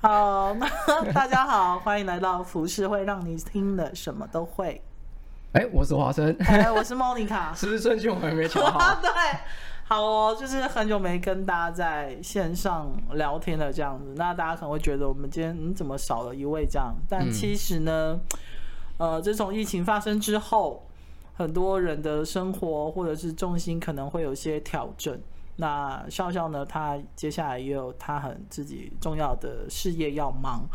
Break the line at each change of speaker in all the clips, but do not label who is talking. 好， 那大家好，欢迎来到服饰会让你听的什么都会。
哎，我是华 生，
哎，我是 Monica。
是不是顺序我们没 调好？
对，好哦，就是很久没跟大家在线上聊天了，这样子，那大家可能会觉得我们今天嗯怎么少了一位这样，
嗯
但其实呢，呃，自从疫情发生之后，很多人的生活或者是重心可能会有些调整。那笑笑呢，他接下来也有他很自己重要的事业要忙，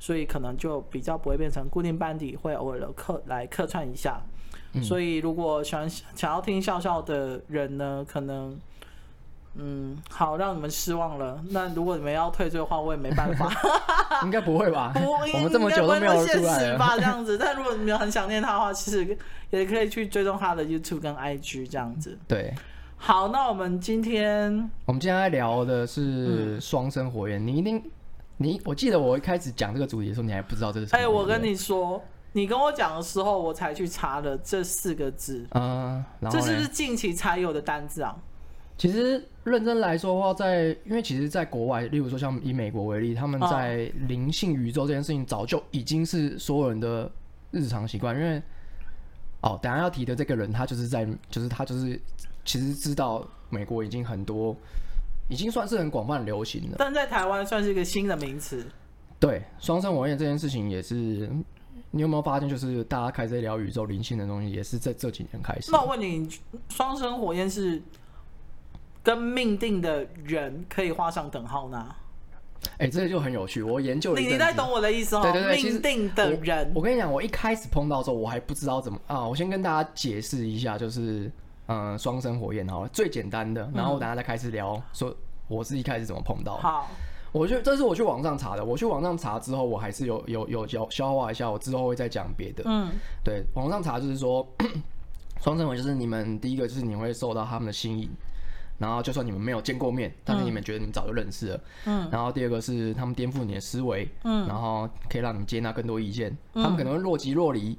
所以可能就比较不会变成固定班底，会偶尔的客来客串一下。
嗯
所以如果喜欢想要听笑笑的人呢，可能。嗯，好，让你们失望了。那如果你们要退追的话，我也没办 法。
应该不会吧？
不，
我们这么久都没有
应该
出
不会那么
来
现实
了。
吧？这样子。但如果你们很想念他的话，其实也可以去追踪他的 YouTube 跟 IG 这样子。
对，
好，那我们今天
我们今天在聊的是
嗯
双生火焰，你一定，你我记得我一开始讲这个主题的时候，你还不知道这是什
哎、
么。
我跟
对
你说，你跟我讲的时候，我才去查了这四个字，
不对，嗯，然后
这
呢
是不是近期才有的单字啊？
其实认真来说的话在，因为其实，在国外，例如说像以美国为例，他们
哦
在灵性宇宙这件事情早就已经是所有人的日常习惯。因为哦，等一下要提的这个人，他就是在，就是他就是其实知道美国已经很多，已经算是很广泛流行了。
但在台湾算是一个新的名词。
对，双生火焰这件事情也是，你有没有发现，就是大家开始在聊宇宙灵性的东西，也是在这几年开始。
那我问你，双生火焰是跟命定的人可以画上等号呢？
哎、这个就很有趣，我研究了一
你
阵
你
子。
在懂我的意思哦？
对对对，其实
命定的人
我。我跟你讲，我一开始碰到的时候，我还不知道怎么啊。我先跟大家解释一下，就是嗯，双生火焰好了，最简单的。然后大家再开始聊，说我自己开始怎么碰到的。
嗯好，
我就这是我去网上查的，我去网上查之后，我还是有有有消消化一下，我之后会再讲别的。
嗯
对，网上查就是说，双生火焰就是你们第一个就是你会受到他们的吸引。然后，就算你们没有见过面，但是你们觉得你们早就认识了。
嗯
然后第二个是他们颠覆你的思维，
嗯
然后可以让你接纳更多意见。
嗯
他们可能会若即若离，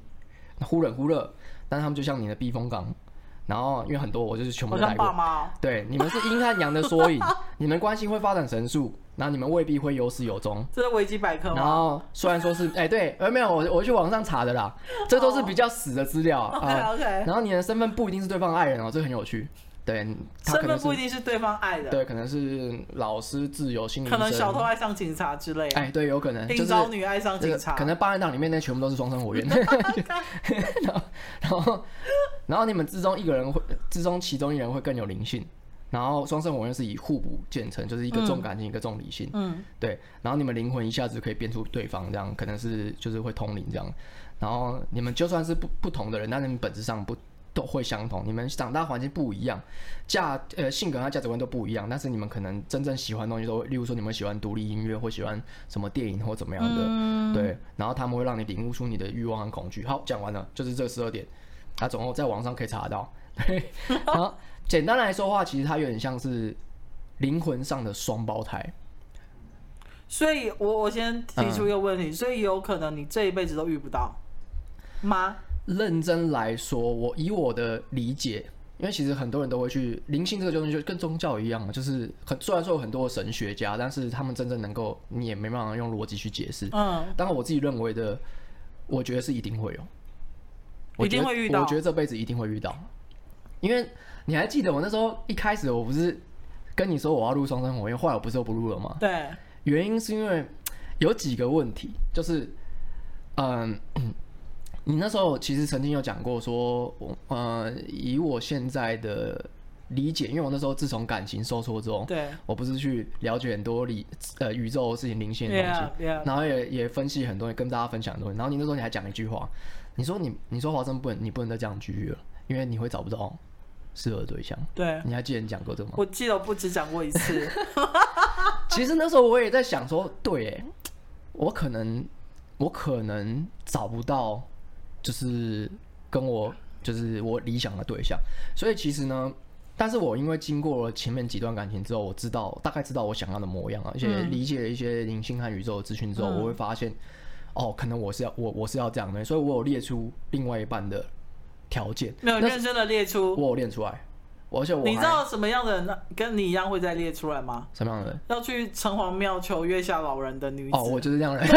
忽冷忽热，但他们就像你的避风港。然后因为很多我就是全部
我
都
像
带
爸
过，
妈哦、
对，你们是阴和阳的缩影， 你们关系会发展神速，然后你们未必会有始有终。
这是维基百科
然
吗？
后虽然说是哎、对，呃没有我我去网上查的 啦，这都是比较死的资料
OK
啊。
OK，
然后你的身份不一定是对方的爱人哦，这很有趣。对，他可
身份
能是
不一定是对方爱的，
对，可能是老师、自由、心理医
可能小偷
生，
爱上警察之类的，
哎，对，有可能就
应
是
招女爱上
这
警
个
察
可。能八人档里面那全部都是双生 火焰，然后然后然后你们之中一个人会之中其中一人会更有灵性，然后双生火焰是以互补建成，就是一个重感情，一个重理性，
嗯
对，然后你们灵魂一下子可以变出对方，这样可能是就是会通灵这样，然后你们就算是不不同的人，但你们本质上不。都会相同，你们长大环境不一样，价呃性格和价值观都不一样，但是你们可能真正喜欢的东西都会，例如说你们喜欢独立音乐或喜欢什么电影或怎么样的，
嗯，
对，然后他们会让你领悟出你的欲望和恐惧。好，讲完了，就是这十二点，它总共在网上可以查得到。 对，然后简单来说的话，其实它有点像是灵魂上的双胞胎。
所以我我先提
嗯
出一个问题，所以有可能你这一辈子都遇不到吗？
认真来说，我以我的理解，因为其实很多人都会去灵性这个东西，就跟宗教一样嘛，就是很虽然说有很多神学家，但是他们真正能够，你也没办法用逻辑去解释。
嗯，
但我自己认为的，我觉得是一定会有，我
一定
觉得
会遇到
我觉得这辈子一定会遇到，因为你还记得我那时候一开始我不是跟你说我要录双生火焰，后来我不是又不录了吗？
对，
原因是因为有几个问题，就是嗯。 你那时候其实曾经有讲过说，我呃，以我现在的理解，因为我那时候自从感情受挫之后，
对
我不是去了解很多理呃宇宙的事情、灵性的东西，
，Yeah，Yeah，
然后也也分析很多，跟大家分享很多。然后你那时候你还讲了一句话，你说你你说华生不能你不能再这样继续了，因为你会找不到适合的对象。
对，
你还记得你讲过这个吗？
我记得我不止讲过一次，
其实那时候我也在想说，对，哎，我可能我可能找不到，就是跟我就是我理想的对象。所以其实呢，但是我因为经过了前面几段感情之后，我知道大概知道我想要的模样啊，而且
嗯
理解了一些灵性和宇宙的资讯之后，
嗯
我会发现，哦，可能我是要我我是要这样的，所以我有列出另外一半的条件，
没有
那
认真的列出，
我有练出来，我而且我
你知
还
道什么样的人跟你一样会再列出来吗？
什么样的人？
要去城隍庙求月下老人的女子。
哦，我就是这 样的人。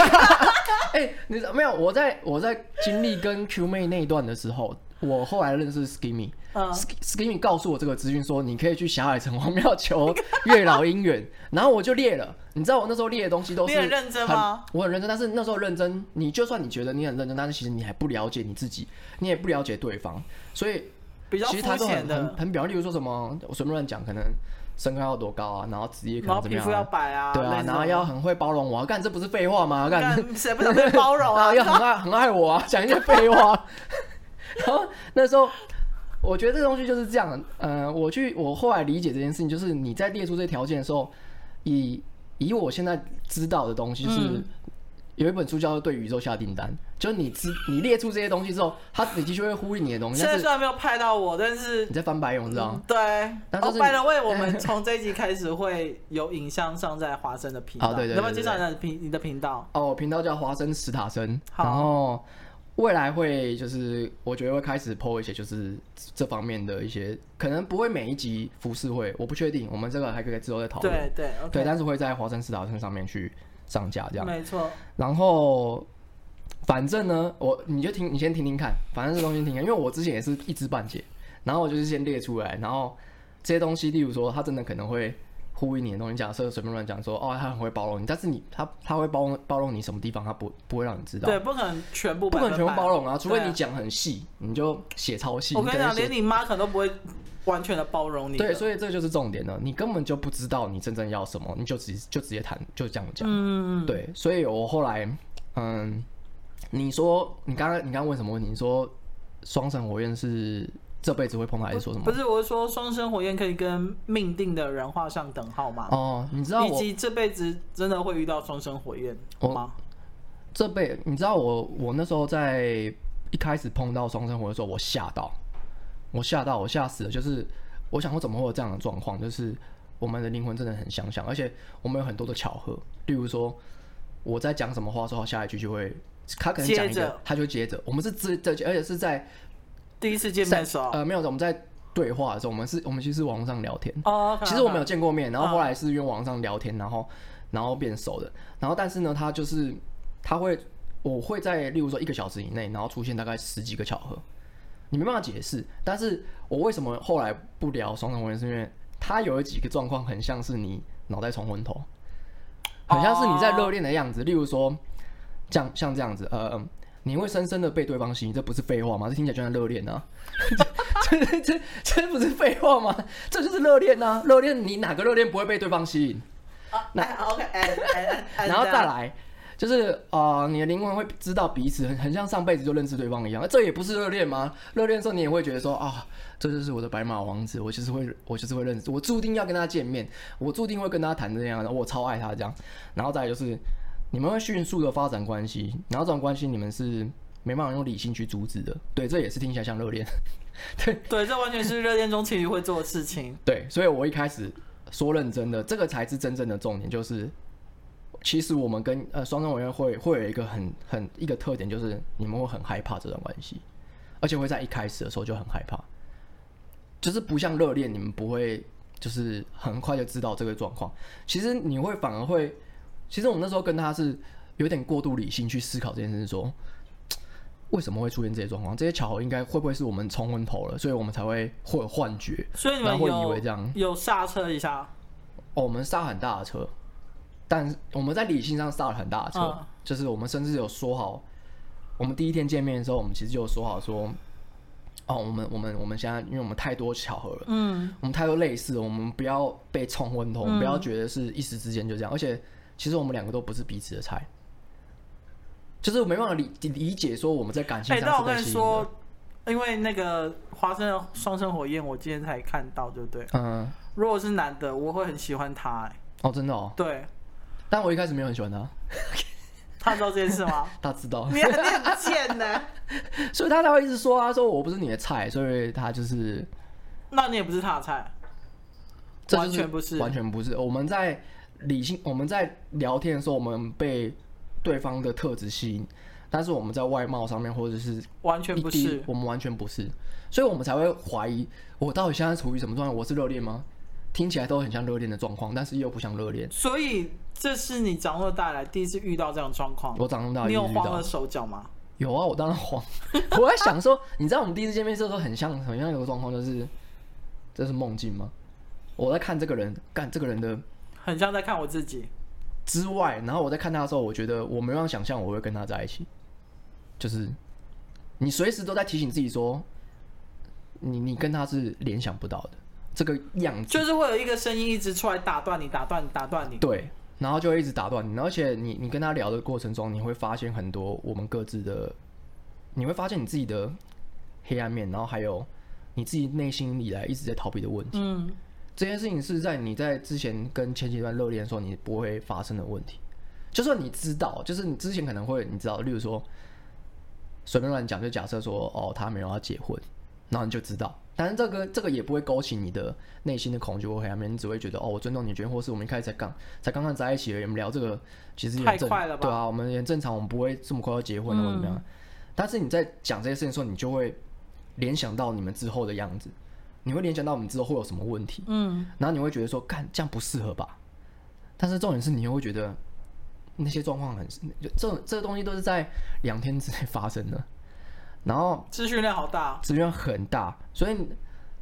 哎、你知道没有？我在我在经历跟 Q 妹那一段的时候，我后来认识 Skimmy。
嗯，
Skimmy 告诉我这个资讯，说你可以去霞海城隍庙求月老姻缘，然后我就列了。你知道我那时候列的东西都是
你很认真吗
很？我很认真，但是那时候认真，你就算你觉得你很认真，但是其实你还不了解你自己，你也不了解对方，所以
比较
其实他
肤
都很很
浅的，
很表面，例如说什么我随便乱讲，可能身高要多高啊，然后职业可
然
能
后
怎么
皮
样、
肤要白啊，
对
类
啊
似，
然
这
后
种
要很会包容我、啊，干这不是废话吗？干哦
干谁不想被包容
然
啊
后？又很 爱很爱我啊，讲一些废话。 然后那时候，我觉得这东西就是这样。呃，我去我后来理解这件事情，就是你在列出这些条件的时候，以以我现在知道的东西是。
嗯
有一本书叫做《对宇宙下订单》，就是你知你列出这些东西之后，它你的确会呼应你的东西，
现在
但是
虽然没有拍到我，但是
你在翻白眼，我知道吗。
对，
但
哦
就是
，by the way，我们从这一集开始会有影像上在华生的频 道，
哦对对对
要不要介绍
对
一下你的频你的频道？
哦，频道叫华生史塔森，
好
然后未来会就是我觉得会开始 PO 一些就是这方面的一些，可能不会每一集服饰会，我不确定，我们这个还可以之后再讨论。
对对
对，
，OK，
但是会在华生史塔森上面去上架这样。
没错，
然后反正呢，我你就听，你先听听看，反正这东西听看，因为我之前也是一知半解，然后我就是先列出来，然后这些东西，例如说，他真的可能会呼应你的东西，假设随便乱讲说，哦，他很会包容你，但是你他他会包容包容你什么地方，他不不会让你知道，
对，不可能全部
不可能全部
百分
包
百
容啊，除非你
对
讲很细，你就写超细，
我跟你
可能
讲，
写
连你妈可能都不会完全的包容你的，
对，所以这就是重点了，你根本就不知道你真正要什么，你就直就直接谈，就这样讲。
嗯，
对，所以我后来，嗯，你说你刚刚你刚刚问什么问题？你说双生火焰是这辈子会碰到还是说什么
不？是，我是说双生火焰可以跟命定的人画上等号吗？
哦，你知道
以
我
及这辈子真的会遇到双生火焰
我
吗？
这辈，你知道我我那时候在一开始碰到双生火焰的时候，我吓到，我吓到，我吓死了。就是我想说怎么会有这样的状况？就是我们的灵魂真的很相像，而且我们有很多的巧合，例如说我在讲什么话的时候，下一句就会。他可能讲一
接
个
着，
他就接着。我们是这这，而且是在
第一次见面
在
的时候，
呃，没有，我们在对话的时候，我们是我们其实是网络上聊天。
哦，
其实我们有
看
见过面，然
嗯
后后来是因为网络上聊天，然后然后变熟的。然后但是呢，他就是他会，我会在例如说一个小时以内，然后出现大概十几个巧合，你没办法解释。但是我为什么后来不聊双重婚姻，是因为他有几个状况很像是你脑袋冲昏头，很像是你在热恋的样子。例如说，像像这样子，呃。嗯你会深深的被对方吸引，这不是废话吗？这听起来就像热恋啊！ 这这这这不是废话吗？这就是热恋啊！热恋，你哪个热恋不会被对方吸引？
到。啊哎 OK，哎哎哎哎
然后
这
再
样
来，就是呃，你的灵魂会知道彼此，很很像上辈子就认识对方一样。呃这也不是热恋吗？热恋的时候你也会觉得说啊，这就是我的白马王子，我就是会，我就是会认识，我注定要跟他见面，我注定会跟他谈这样的，我超爱他这样。然后再来就是，你们会迅速的发展关系，然后这种关系你们是没办法用理性去阻止的。对，这也是听起来像热恋。
对，这完全是热恋中情侣会做的事情。
对，所以我一开始说认真的，这个才是真正的重点，就是其实我们跟呃双生委员会会有一个很很一个特点，就是你们会很害怕这段关系，而且会在一开始的时候就很害怕，就是不像热恋，你们不会就是很快就知道这个状况，其实你会反而会，其实我们那时候跟他是有点过度理性去思考这件事说。为什么会出现这些状况？这些巧合应该会不会是我们冲昏头了，所以我们才会会有幻觉？
所以你
然
们
后会以为
有
这样
有刹车一下，
哦，我们刹很大的车，但我们在理性上刹了很大的车，
嗯
就是我们甚至有说好，我们第一天见面的时候，我们其实就有说好说，哦，我们我们我们现在因为我们太多巧合了，
嗯，
我们太多类似，我们不要被冲昏头，我们
嗯
不要觉得是一时之间就这样。而且，其实我们两个都不是彼此的菜，就是我没办法理理解说我们在感情
哎、
上
但
是
我跟
被
你
吸引
说
的。，
因为那个华生的双生火焰，我今天才看到，对不对？
嗯，
如果是男的，我会很喜欢他、哎，
哦，真的哦，
对，
但我一开始没有很喜欢他，
他知道这件事 吗？
他知道，
你很你很贱呢、
所以他才会一直说啊，说我不是你的菜，所以他就是
那你也不是他的菜，
这就
完全不是
完全不是。我们在理性，我们在聊天的时候，我们被对方的特质吸引，但是我们在外貌上面或者是
完全
一
不
滴
是。
我们完全不是，所以我们才会怀疑我到底现在处于什么状态？我是热恋吗？听起来都很像热恋的状况，但是又不像热恋。
所以这是你长大带来第一次遇到这样的状况，
我长那么大
你
一直
有
遇
慌
到
了，手脚吗？
有啊，我当然慌。我在想说，你知道我们第一次见面的时候很像，很像有个状况，就是这是梦境吗？我在看这个人，干这个人的
很像在看我自己，
之外，然后我在看他的时候，我觉得我没办法想象我会跟他在一起，就是你随时都在提醒自己说，你你跟他是联想不到的这个样子，
就是会有一个声音一直出来打断你，打断你，打断你。
对，然后就会一直打断你，而且你你跟他聊的过程中，你会发现很多我们各自的，你会发现你自己的黑暗面，然后还有你自己内心以来一直在逃避的问题。
嗯，
这件事情是在你在之前跟前几段热恋的时候，你不会发生的问题。就算你知道，就是你之前可能会，你知道，例如说，随便乱讲，就假设说，哦，他没有要结婚，然后你就知道。但是这个这个也不会勾起你的内心的恐惧或黑暗面，你只会觉得，哦，我尊重你的决定，或是我们一开始才刚才刚刚在一起而已，我们聊这个其实也很正
太快了吧嗯
对啊，我们也很正常，我们不会这么快要结婚啊或怎么样。但是你在讲这些事情的时候，你就会联想到你们之后的样子，你会联想到我们之后会有什么问题，
嗯，
然后你会觉得说，干这样不适合吧？但是重点是你又会觉得那些状况很，就这种这个东西都是在两天之内发生的，然后
资讯量好大，
资源很大，所以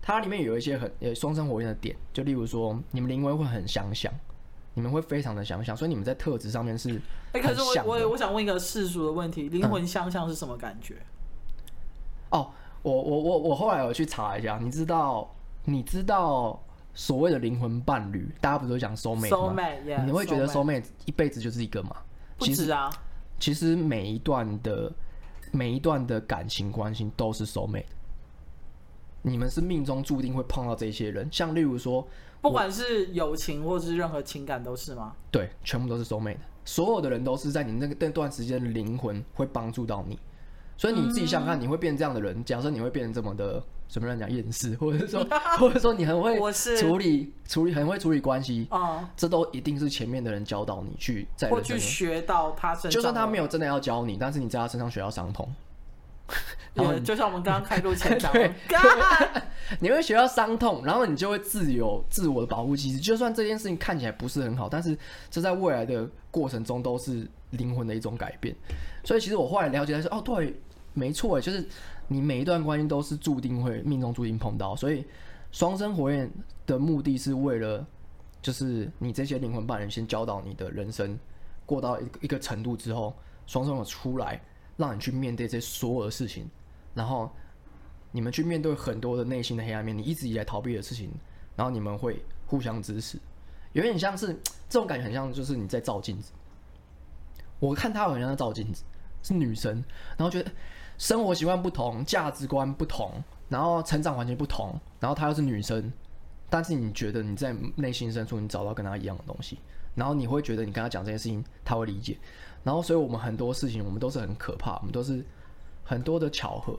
它里面有一些很呃双生火焰的点，就例如说你们灵魂会很相像，你们会非常的相像，所以你们在特质上面是
哎、可
很
是我
像的。嗯
我我想问一个世俗的问题，灵魂相像是什么感觉？
哦，我我我我后来有去查一下，你知道你知道所谓的灵魂伴侣，大家不是都讲 soul mate 吗
soul mate，yeah，
你会觉得 soul
soul
mate 一辈子就是一个嘛？
不
其实
止啊，
其实每一段的每一段的感情关系都是 soul mate，你们是命中注定会碰到这些人，像例如说，
不管是友情或是任何情感都是吗？
对，全部都是 soul mate，所有的人都是在你那个那段时间的灵魂会帮助到你。所以你自己想想
嗯
看，你会变成这样的人？假设你会变成这么的，随便乱讲厌世， 或者是说， 或者说你很会
我是
处理处理很会处理关系，
嗯，
这都一定是前面的人教导你去在
或
人
去
生中，
学到他身上的，
就算他没有真的要教你，但是你在他身上学到伤痛，然后
也，就像我们刚刚开录前讲
对
的，干
你会学到伤痛，然后你就会自有自我的保护机制。就算这件事情看起来不是很好，但是这在未来的过程中都是灵魂的一种改变。所以其实我后来了解到说，哦，对，没错，就是你每一段关系都是注定会命中注定碰到。所以双生火焰的目的是为了，就是你这些灵魂伴侣先教导你的人生过到一个一个程度之后，双生火出来，让你去面对这所有的事情，然后你们去面对很多的内心的黑暗面，你一直以来逃避的事情，然后你们会互相支持，有点像是这种感觉，很像就是你在照镜子。我看她很像在照镜子，是女生，然后觉得生活习惯不同，价值观不同，然后成长环境不同，然后她又是女生，但是你觉得你在内心深处你找到跟她一样的东西，然后你会觉得你跟她讲这件事情，她会理解，然后所以我们很多事情我们都是很可怕，我们都是很多的巧合，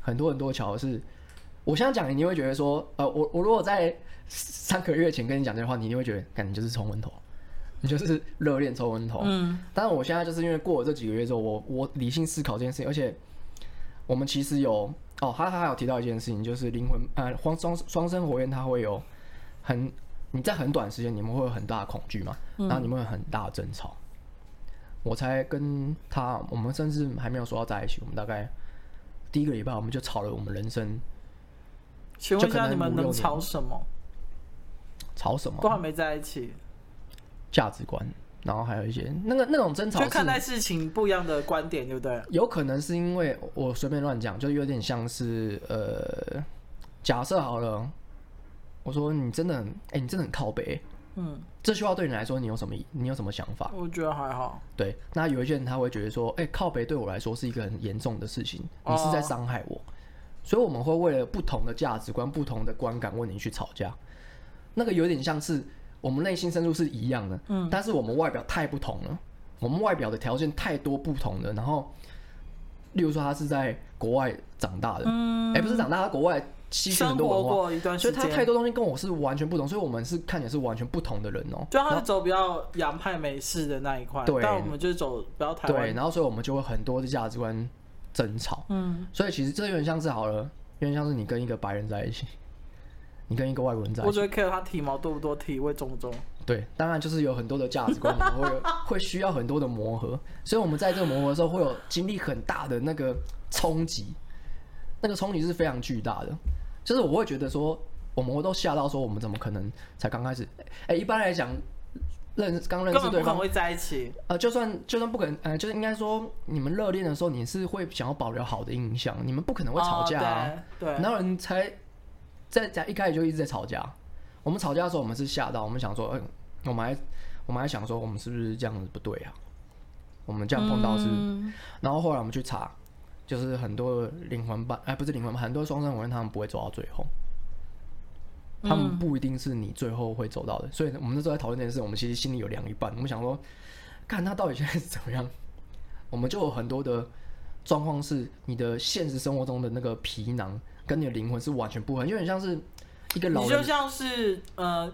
很多很多巧合是，我现在讲你会觉得说，呃，我我如果在三个月前跟你讲这话，你一定会觉得，感你就是冲昏头，你就是热恋冲昏头。
嗯，
但是我现在就是因为过了这几个月之后，我我理性思考这件事情，而且我们其实有哦，他他还有提到一件事情，就是灵魂呃双双双生火焰，它会有很你在很短时间你们会有很大的恐惧嘛，然后你们会有很大的争吵。我才跟他，我们甚至还没有说要在一起，我们大概第一个礼拜我们就吵了我们人生
请
就
问一
可
下
能
你们
五六
能
年
吵什么？
吵什
都还
么
没在一起，
价值观，然后还有一些那个那种争吵
就是看待事情不一样的观点，对不对？
有可能是因为我随便乱讲，就有点像是呃，假设好了，我说你真的很，哎、你真的很靠北、
嗯，
这句话对你来说，你有什么你有什么想法？
我觉得还好。
对，那有一些人他会觉得说，哎、靠北对我来说是一个很严重的事情，你是在
哦
伤害我，所以我们会为了不同的价值观、不同的观感问你去吵架，那个有点像是我们内心深处是一样的，嗯，但是我们外表太不同了，我们外表的条件太多不同了，然后，例如说他是在国外长大的，哎、
嗯
不是长大，他国外吸取很
生
多
活
文化，
过一段
所以
时
他
间，
太多东西跟我是完全不同，所以我们是看起来是完全不同的人哦、
就他
然
是
后
走比较洋派美式的那一块，
对
但我们就是走比较台
对，
湾。
然后所以我们就会很多的价值观争吵。
嗯，
所以其实这有点像是好了，有点像是你跟一个白人在一起，你跟一个外国人在一
我
起
只，会 care 他体毛多不多，体味重不重。
对，当然就是有很多的价值观，你们会有会需要很多的磨合，所以我们在这个磨合的时候会有经历很大的那个冲击，那个冲击是非常巨大的，就是我会觉得说，我们都吓到说，我们怎么可能才刚开始？哎、一般来讲，认刚认
根
识
本不
对
可能
方，
会在一起。
呃，就算就算不可能，呃，就是应该说，你们热恋的时候，你是会想要保留好的印象，你们不可能会吵架啊。
哦对对，
然后人才在在一开始就一直在吵架。我们吵架的时候，我们是吓到，我们想说，嗯，我们还我们还想说，我们是不是这样子不对啊？我们这样碰到是，
嗯
然后后来我们去查，就是很多灵魂伴，哎，不是灵魂伴，很多双生火焰他们不会走到最后，
嗯
他们不一定是你最后会走到的。所以我们那时候在讨论这件事，我们其实心里有两一半，我们想说，看他到底现在是怎么样， 我们就有很多的状况是你的现实生活中的那个皮囊跟你的灵魂是完全不合，有点像是一个老
你就
人。
像是呃，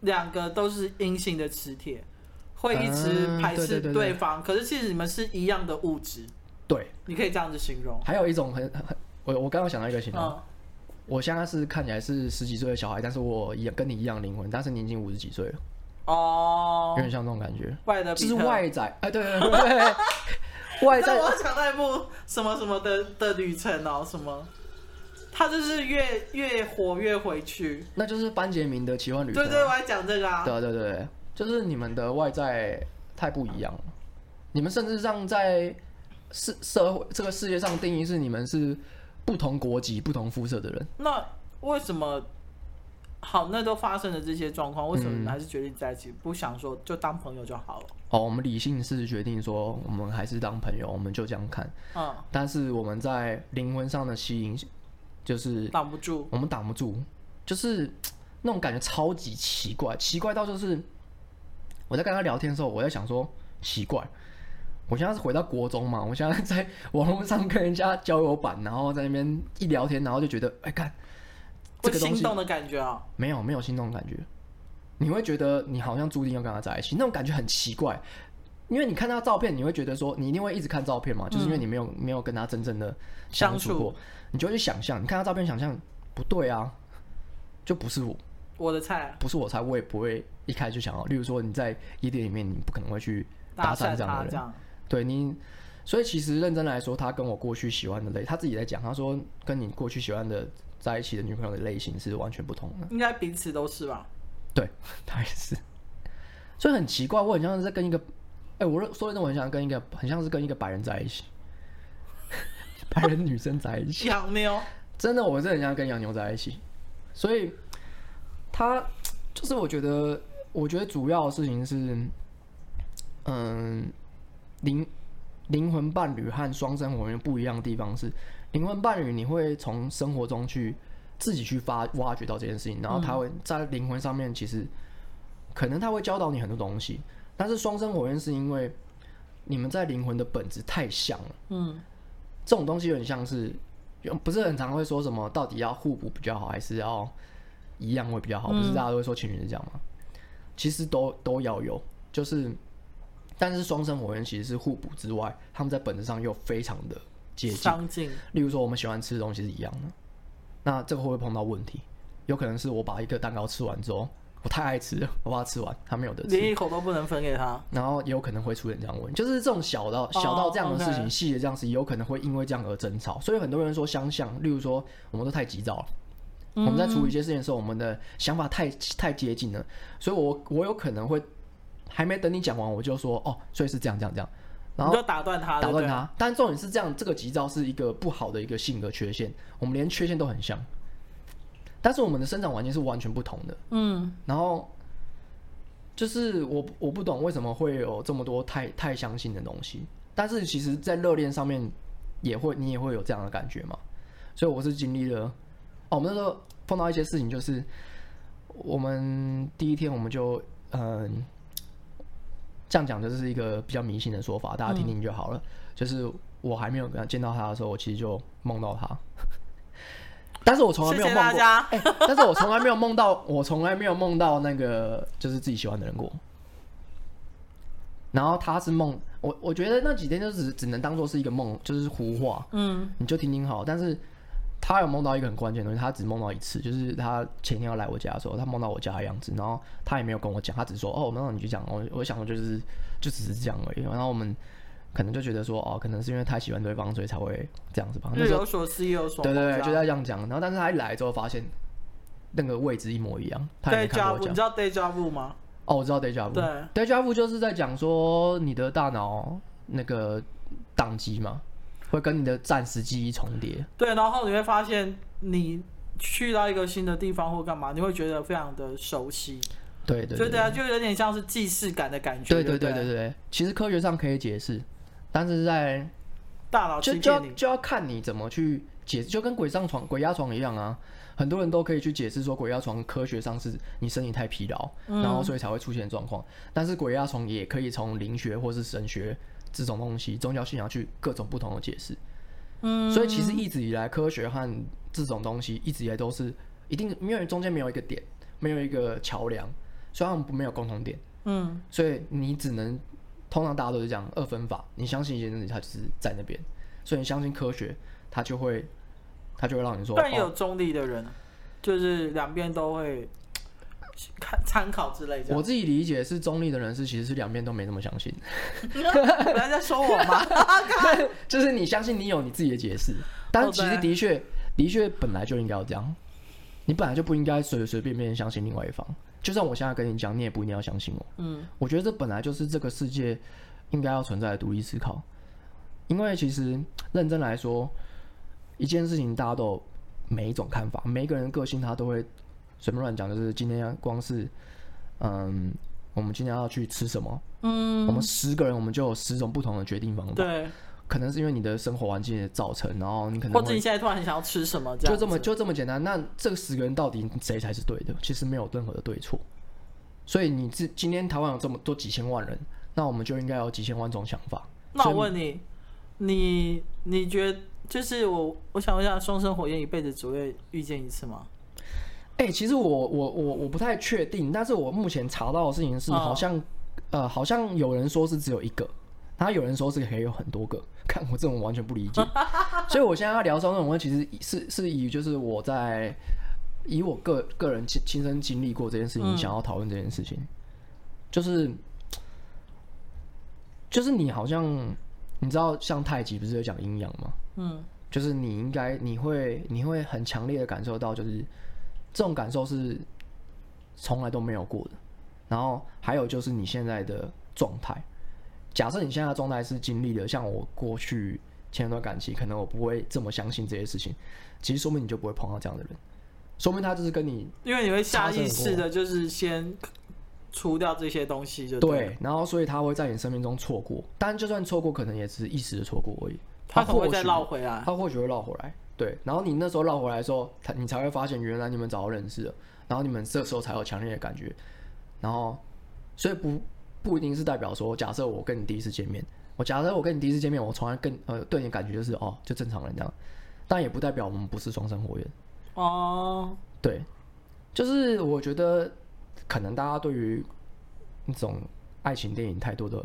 两个都是阴性的磁铁，会一直
嗯
排
对
斥
对对对
对方，可是其实你们是一样的物质，
对，
你可以这样子形容。
还有一种很很，我我刚刚想到一个形容，
嗯，
我现在是看起来是十几岁的小孩，但是我一样跟你一样灵魂，但是你已经五十几岁了，有
哦，
点像这种感觉，
外的
就
哦比
是
特，
外在，哎，对对对对对对， 外
但
在
我想到一部什么什么的的旅程哦，什么，他就是越越活越回去。
那就是班杰明的奇幻旅程
对
啊，
对，我还讲这个啊。
对啊对对对，就是你们的外在太不一样了，你们甚至让在世社会这个世界上定义是你们是不同国籍、不同肤色的人，
那为什么？好，那都发生了这些状况，为什么你
嗯
们还是决定在一起？不想说就当朋友就好了。
哦，我们理性是决定说我们还是当朋友，我们就这样看，
嗯，
但是我们在灵魂上的吸引就是
挡不住。
我们挡不住，就是那种感觉超级奇怪，奇怪到就是我在跟他聊天的时候，我在想说奇怪，我现在是回到国中嘛，我现在在网络上跟人家交友版，然后在那边一聊天，然后就觉得哎看这
会
个东
心
西
动的感觉啊！
没有没有心动的感觉，你会觉得你好像注定要跟他在一起，那种感觉很奇怪。因为你看他的照片，你会觉得说，你一定会一直看照片嘛，就是因为你没有没有跟他真正的相
嗯相
处
处
过，你就会去想象，你看他照片想象不对啊，就不是我，
我的菜，
不是我才，我也不会一开始就想要。例如说你在夜店里面，你不可能会去搭
搭
讪
讪
这样的
他
人
这，样，
对你，所以其实认真来说，他跟我过去喜欢的类，他自己在讲，他说跟你过去喜欢的在一起的女朋友的类型是完全不同的。
应该彼此都是 吧？
对，他也是，所以很奇怪，我很像是在跟一个，哎、我说真的，我很想跟一个，很像是跟一个白人在一起， 白人女生在一起，
洋妞，
真的，我是很想跟洋妞在一起，所以他就是我觉得，我觉得主要的事情是，嗯，灵灵魂伴侣和双生火焰不一样的地方是，灵魂伴侣你会从生活中去自己去发挖掘到这件事情，然后他会在灵魂上面其实可能他会教导你很多东西，但是双生火焰是因为你们在灵魂的本质太像了。
嗯，
这种东西有点像是，有不是很常会说什么到底要互补比较好，还是要一样会比较好？不是大家都会说情侣是这样吗？其实都都要有，就是，但是双生火焰其实是互补之外，他们在本质上又非常的接近。
相近，
例如说，我们喜欢吃的东西是一样的，那这个会不会碰到问题？有可能是我把一个蛋糕吃完之后，我太爱吃了，我把它吃完，他没有得吃，
连一口都不能分给他。
然后也有可能会出现这样的问题，就是这种小到小到这样的事情，
哦 OK
细、的这样子，有可能会因为这样而争吵。所以很多人说相像，例如说我们都太急躁了，
嗯
我们在处理一些事情的时候，我们的想法太太接近了，所以我我有可能会还没等你讲完，我就说哦，所以是这样这样这样，然
你
后
就打断他，
打断
对不对，啊
他。但重点是这样，这个急躁是一个不好的一个性格缺陷，我们连缺陷都很像，但是我们的生长环境是完全不同的。
嗯，
然后就是我不我不懂为什么会有这么多太太相信的东西，但是其实，在热恋上面也会你也会有这样的感觉嘛，所以我是经历了，哦，我们那时候碰到一些事情，就是我们第一天我们就嗯。这样讲就是一个比较迷信的说法，大家听
嗯
听就好了。就是我还没有跟他见到他的时候，我其实就梦到他， 但是我从来没有
谢谢
梦
大
过，
家。
哎、但是我从来没有梦到，我从来没有梦到那个就是自己喜欢的人过。然后他是梦，我我觉得那几天就只只能当做是一个梦，就是胡话，
嗯，
你就听听好。但是他有梦到一个很关键的东西，他只梦到一次，就是他前天要来我家的时候，他梦到我家的样子，然后他也没有跟我讲，他只说哦，我梦到你去讲，我我想说就是就只是这样而已。然后我们可能就觉得说哦，可能是因为太喜欢对方，所以才会这样子吧。那
日
时候
有所思，夜有所
对
梦，
对
这
对，
样
就在这样讲。然后，但是他一来之后发现那个位置一模一样，他也没
day
看
job，
过我
你
讲
知。道 day job 吗？
哦，我知道 deja vu。
对
deja vu 就是在讲说你的大脑那个宕机嘛，会跟你的暂时记忆重叠。
对，然后你会发现你去到一个新的地方或干嘛，你会觉得非常的熟悉，
对对
就
对
对啊，就有点像是既视感的感觉，
对
对
对对
不
对，对其实科学上可以解释，但是在
大脑
就
欺
就要
骗你，
就要看你怎么去解释，就跟鬼上床、鬼压床一样啊。很多人都可以去解释说，鬼压床科学上是你身体太疲劳，
嗯
然后所以才会出现状况。但是鬼压床也可以从灵学或是神学这种东西、宗教信仰去各种不同的解释。
嗯，
所以其实一直以来，科学和这种东西一直以来都是一定没有中间没有一个点，没有一个桥梁，虽然没有共同点，
嗯，
所以你只能，通常大家都是讲二分法，你相信一件事情，它就是在那边，所以你相信科学，它就会，它就会让你说，
不然也
哦，
有中立的人，啊就是两边都会看 参考 之类这样。
我自己理解是中立的人是其实是两边都没那么相信，
本来在说我吗？
就是你相信你有你自己的解释，但
哦
其实
对
的确的确本来就应该要这样，你本来就不应该随随便便相信另外一方，就算我现在跟你讲，你也不一定要相信我。
嗯，
我觉得这本来就是这个世界应该要存在的独立思考，因为其实认真来说，一件事情大家都有每一种看法，每一个人个性他都会随便乱讲，就是今天光是嗯，我们今天要去吃什么，
嗯，
我们十个人我们就有十种不同的决定方法，
对，
可能是因为你的生活环境的造成，然后你可
或
能
者你
会。
现在突然很想要吃什么，这
就
样
这么
子
就这么简单，那这十个人到底谁才是对的？其实没有任何的对错，所以你这今天台湾有这么多几千万人，那我们就应该有几千万种想法。
那
所
我
以
问你，你你觉得就是我，我想问一下，双生火焰一辈子只会遇见一次吗？
哎、其实我我我我不太确定，但是我目前查到的事情是，
哦
好像、呃，好像有人说是只有一个，然后有人说是可以有很多个。 看我这种完全不 理解，所以我现在要聊双生火焰，其实是是以就是我在以我个个人亲亲身经历过这件事情，
嗯
想要讨论这件事情，就是就是你好像你知道，像太极不是有讲阴阳吗？
嗯，
就是你应该你会你会很强烈的感受到，就是这种感受是从来都没有过的。然后还有就是你现在的状态，假设你现在的状态是经历了像我过去前一段感情，可能我不会这么相信这些事情，其实说明你就不会碰到这样的人，说明他就是跟你
因为你会下意识的，就是先除掉这些东西就了
对，然后所以他会在你生命中错过，当然就算错过，可能也只是一时的错过而已。
他可能会
或
再
许
绕回来。
他或许会绕回来。对，然后你那时候绕回来的时候，他你才会发现原来你们早就认识了，然后你们这时候才有强烈的感觉，然后所以不不一定是代表说，假设我跟你第一次见面，我假设我跟你第一次见面，我从来跟呃对你的感觉就是哦就正常人这样，但也不代表我们不是双生火焰。
哦，
对，就是我觉得可能大家对于那种爱情电影太多的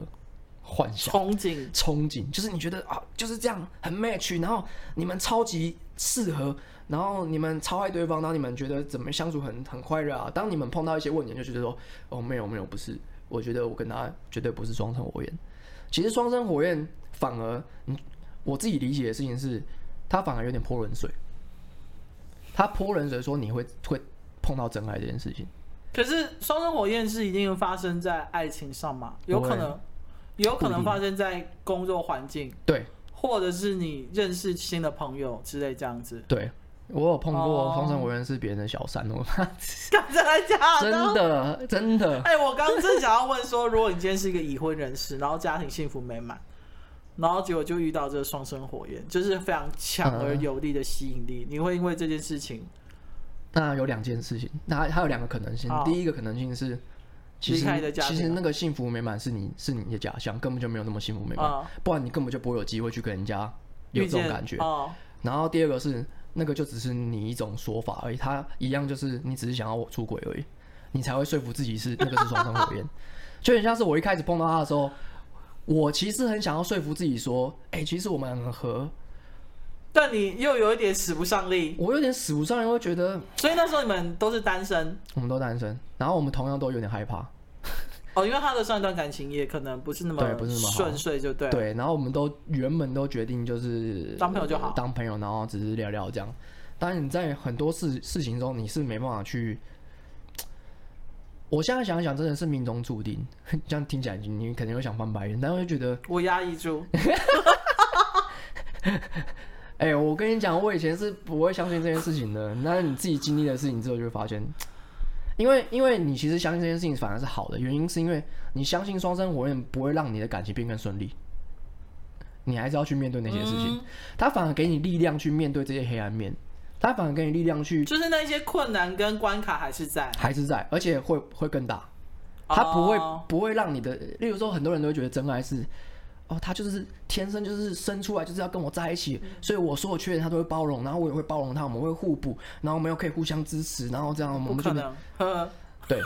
幻想。
憧憬，
憧憬，就是你觉得啊就是这样很 match，然后你们超级适合，然后你们超爱对方，然后你们觉得怎么相处很很快乐啊。当你们碰到一些问题，就觉得说哦没有没有不是，我觉得我跟他绝对不是双生火焰。其实双生火焰反而你我自己理解的事情是，他反而有点泼冷水，他泼冷水说你会会碰到真爱这件事情。
可是双生火焰是一定发生在爱情上嘛？有可能，有可
不一
能
定
发生在工作环境，
对
或者是你认识新的朋友之类这 样子。
对，我有碰
哦
过双生火焰是别人的小三，我
干真的假
哦 真的真的。
哎、我刚刚正想要问说，如果你今天是一个已婚人士，然后家庭幸福美满，然后结果就遇到这个双生火焰，就是非常强而有力的吸引力，你会因为这件事情
那有两件事情，那它有两个可能性
好。
第一个可能性是，其
哦离
实
开你的啊家庭
其实
了
那个幸福美满是你是你的假象，根本就没有那么幸福美满，
啊、
不然你根本就不会有机会去跟人家有
遇
这种
见
感觉。
哦，
然后第二个是那个就只是你一种说法而已，他一样就是你只是想要我出轨而已，你才会说服自己是那个是双生火 焰，就很像是我一开始碰到他的时候，我其实很想要说服自己说，哎、其实我们很合，
但你又有一点使不上力，
我有点使不上，因为觉得
所以那时候你们都是单身
我们都单身，然后我们同样都有点害怕，
哦，因为他的上一段感情也可能不是那么
对不是那么好
顺遂，就对了。
对，然后我们都原本都决定就是
当朋友就好
当朋友，然后只是聊聊这样。当然你在很多事事情中你是没办法去，我现在想一想真的是命中注定， 这样听起来你你肯定会想翻白眼，但我就觉得，
我压抑住，
哎、我跟你讲，我以前是不会相信这件事情的， 但是你自己经历了事情之后就会发现。因为，因为你其实相信这件事情反而是好的，原因是因为你相信双生火焰不会让你的感情变更顺利，你还是要去面对那些事情。
嗯
他反而给你力量去面对这些黑暗面，他反而给你力量去
嗯就是那些困难跟关卡还是在，
还是在，而且会会更大。他不会、
哦
不会让你的，例如说很多人都会觉得真爱是，哦，他就是天生就是生出来就是要跟我在一起，
嗯
所以我所有缺点他都会包容，然后我也会包容他，我们会互补，然后我们又可以互相支持，然后这样我
不
们
可
就能
能。呵，
对，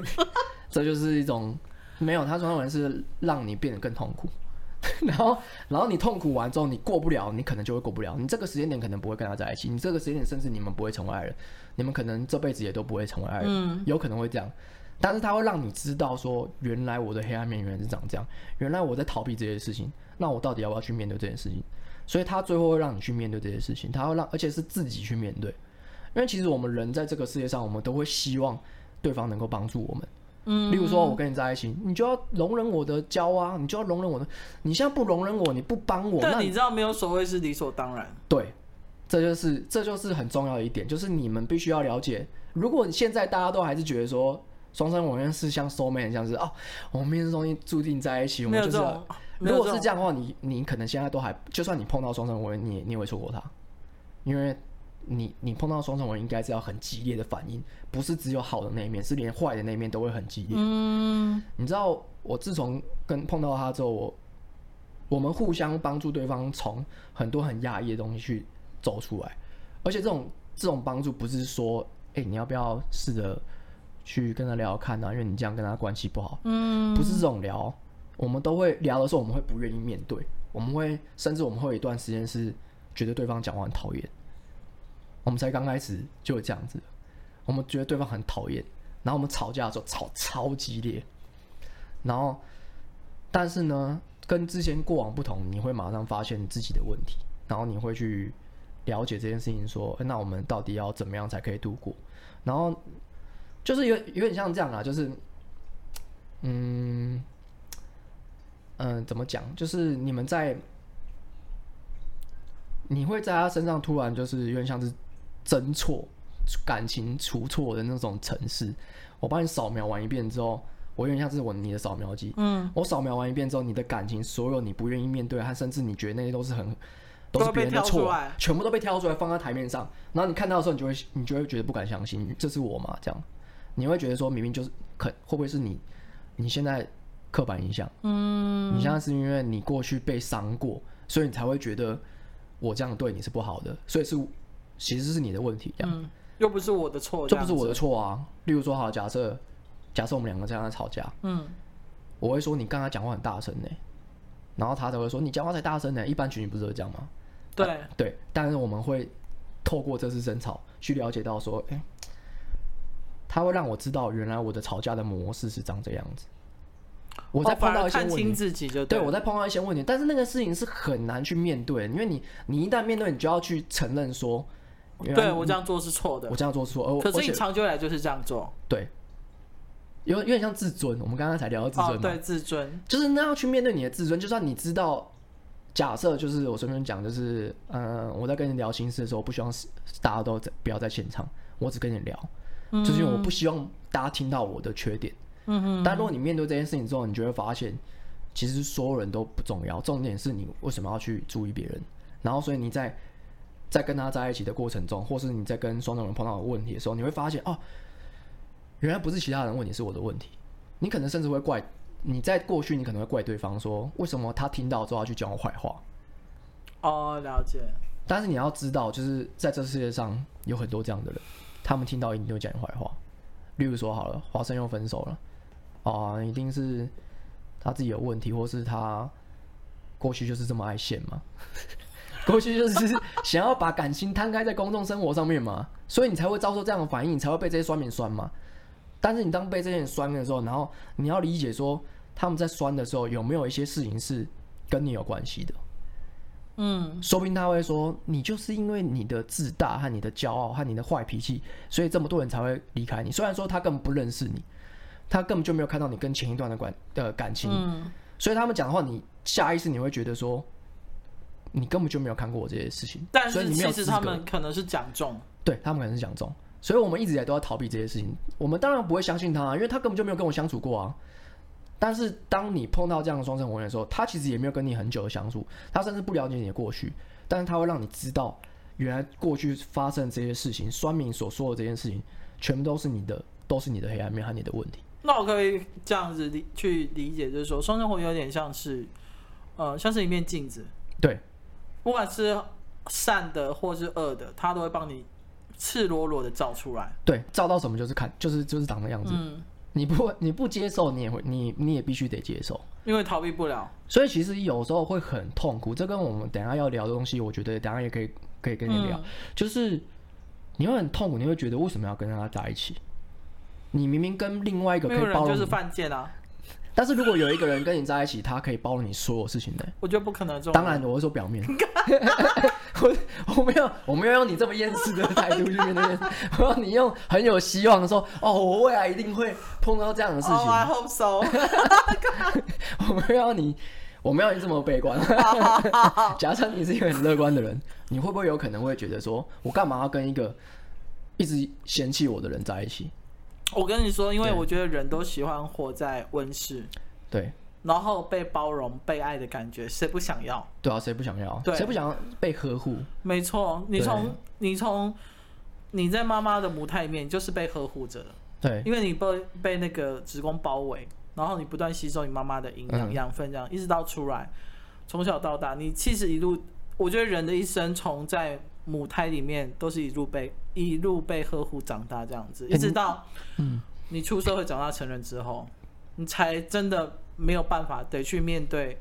这就是一种没有他双人是让你变得更痛苦， 然后然后你痛苦完之后你过不了，你可能就会过不了，你这个时间点可能不会跟他在一起，你这个时间点甚至你们不会成为爱人，你们可能这辈子也都不会成为爱人，
嗯
有可能会这样。但是他会让你知道说，原来我的黑暗面原来是长这样，原来我在逃避这些事情，那我到底要不要去面对这件事情？所以他最后会让你去面对这些事情，他会让，而且是自己去面对。因为其实我们人在这个世界上，我们都会希望对方能够帮助我们。
嗯，
例如说，我跟你在一起，你就要容忍我的骄啊，你就要容忍我的，你现在不容忍我，你不帮我，那
但你知道没有所谓是理所当然，
对，这就是这就是很重要的一点，就是你们必须要了解。如果现在大家都还是觉得说双生火焰是像 soul mate，像是哦，我们命中注定注定在一起，我
没
们
有
就是
这
要。
种，没
如
有
果
这
是
种
这样的话，你你可能现在都还，就算你碰到双生火焰，你也你也会错过他，因为你你碰到双生火焰应该是要很激烈的反应，不是只有好的那一面，是连坏的那一面都会很激烈。
嗯，
你知道，我自从跟碰到他之后，我我们互相帮助对方从很多很压抑的东西去走出来，而且这种这种帮助不是说，哎、你要不要试着去跟他聊聊看啊？因为你这样跟他关系不好，
嗯，
不是这种聊，我们都会聊的时候，我们会不愿意面对，我们会甚至我们会有一段时间是觉得对方讲话很讨厌，我们才刚开始就有这样子，我们觉得对方很讨厌，然后我们吵架的时候吵超激烈，然后但是呢，跟之前过往不同，你会马上发现自己的问题，然后你会去了解这件事情说，诶哎那我们到底要怎么样才可以度过？然后就是有有点像这样啊，就是嗯嗯、呃怎么讲？就是你们在你会在他身上突然就是有点像是侦错感情除错的那种程式。我帮你扫描完一遍之后，我有点像是我你的扫描机，
嗯，
我扫描完一遍之后，你的感情所有你不愿意面对，和甚至你觉得那些都是很都
都
是
会
别
被
人的
挑出
错
来，
全部都被挑出来放在台面上，然后你看到的时候，你就会你就会觉得不敢相信，这是我嘛？这样，你会觉得说明明就是可会不会是你你现在刻板印象，嗯，你现在是因为你过去被伤过，所以你才会觉得我这样对你是不好的，所以是其实是你的问题，这样。
嗯，又不是我的错，
这不是我
的，
的错啊。例如说，好，假设假设我们两个这样在吵架，
嗯，
我会说你刚才讲话很大声呢、然后他才会说你讲话才大声欸呢、一般群体不是都这样吗？
对，
对，但是我们会透过这次争吵去了解到说，哎、他会让我知道原来我的吵架的模式是长这样子。我在
哦反
碰到
而
一些
看
问
清
题，
自己就
对
了
我在碰到一些问题，但是那个事情是很难去面对的，因为你你一旦面对，你就要去承认说，原来嗯
对我这样做是错的
我，这样做错，而我
可
而
是
且
你长久以来就是这样做，
对，有有点像自尊，我们刚刚才聊到自尊
哦，
嘛，
对，自尊，
就是那要去面对你的自尊，就算你知道，假设就是我随便讲，就是嗯、呃我在跟你聊心事的时候，我不希望是大家都在不要在现场，我只跟你聊，就是因为我不希望大家听到我的缺点。
嗯哼，
但如果你面对这件事情之后，你就会发现，其实所有人都不重要，重点是你为什么要去注意别人。然后，所以你在在跟他在一起的过程中，或是你在跟双重人碰到的问题的时候，你会发现哦，原来不是其他人的问题，是我的问题。你可能甚至会怪哦你在过去，你可能会怪对方说，为什么他听到之后要去讲我坏话？
哦，了解，
但是你要知道，就是在这世界上有很多这样的人，他们听到一定就讲你坏话。例如说好了，华生又分手了，啊，一定是他自己有问题，或是他过去就是这么爱现嘛， 过去就是想要把感情摊开在公众生活上面嘛，所以你才会遭受这样的反应，你才会被这些酸民酸嘛。但是你当被这些人酸的时候，然后你要理解说他们在酸的时候有没有一些事情是跟你有关系的。
嗯，
说不定他会说，你就是因为你的自大和你的骄傲和你的坏脾气，所以这么多人才会离开你。虽然说他根本不认识你，他根本就没有看到你跟前一段的关呃感情，
嗯
所以他们讲的话，你下意识你会觉得说，你根本就没有看过我这些事情，
但
所以
是
你没有
其实
资
他
格
们可能是讲中，
对他们可能是讲中，所以我们一直以来都要逃避这些事情。我们当然不会相信他、啊，因为他根本就没有跟我相处过啊。但是当你碰到这样的双生火焰的时候，他其实也没有跟你很久的相处，他甚至不了解你的过去，但是他会让你知道，原来过去发生的这些事情，酸民所说的这件事情，全部都是你的，都是你的黑暗面和你的问题。
那我可以这样子理去理解，就是说双生火焰有点像是，呃，像是一面镜子，
对，
不管是善的或是恶的，它都会帮你赤裸裸的照出来。
对，照到什么就是看，就是就是长那样子。
嗯，
你不你不接受，你也会你你也必须得接受。
因为逃避不了。
所以其实有时候会很痛苦，这跟我们等一下要聊的东西，我觉得等一下也可以可以跟你聊，
嗯
就是你会很痛苦，你会觉得为什么要跟他在一起？你明明跟另外一个
没
可
有
以
人
包容
就是
你，
犯贱啊！
但是如果有一个人跟你在一起，他可以包容你所有事情的、
我觉得不可能这种。
当然，，我会说表面，我我没有我没有用你这么厌世的态度去面对这件事，我要你用很有希望的说，哦，我未来一定会碰到这样的事情
Oh, I hope so
我没有要你，我没有你这么悲 观。假设你是一个很乐观的人，你会不会有可能会觉得说，我干嘛要跟一个一直嫌弃我的人在一起？
我跟你说，因为
对
我觉得人都喜欢活在温室，
对，
然后被包容、被爱的感觉，谁不想要？
对啊，谁不想要？
对
谁不想要被呵护？
没错，你
对
从你从你在妈妈的母胎里面，你就是被呵护着的，
对，
因为你被被那个子宫包围，然后你不断吸收你妈妈的营养
嗯
养分，这样一直到出来，从小到大，你其实一路，我觉得人的一生从在母胎里面都是一路被一路被呵护长大这样子，一直到
嗯
你出社会长大成人之后，你才真的没有办法得去面对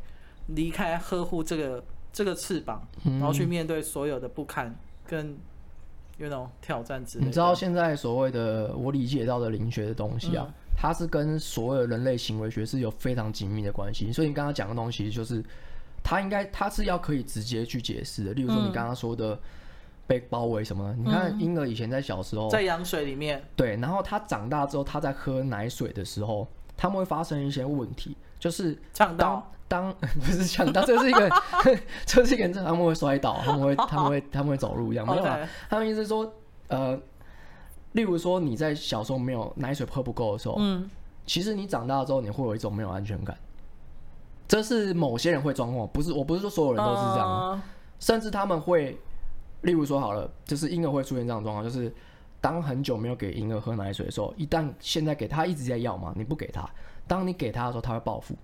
离开呵护这个这个翅膀，
嗯
然后去面对所有的不堪跟 you know 挑战之类的。
你知道现在所谓的我理解到的灵学的东西啊，
嗯
它是跟所有人类行为学是有非常紧密的关系。所以你刚刚讲的东西，就是它应该它是要可以直接去解释的。例如
嗯
说你刚刚说的被包围什么的，你看婴儿以前在小时候，
在羊水里面，
对，然后他长大之后，他在喝奶水的时候，他们会发生一些问题，就是
呛到
当。当 不是呛到，这是一个， 这是一个，他们会摔倒，他们会，他们会，他们会走路这样，没有啦
OK
他们意思是说，呃，例如说你在小时候没有奶水喝不够的时候，
嗯，
其实你长大之后你会有一种没有安全感，这是某些人会状况，不是，我不是说所有人都是这样，
呃
甚至他们会，例如说好了，就是婴儿会出现这样的状况，就是当很久没有给婴儿喝奶水的时候，一旦现在给他一直在要嘛，你不给他，当你给他的时候，他会报复，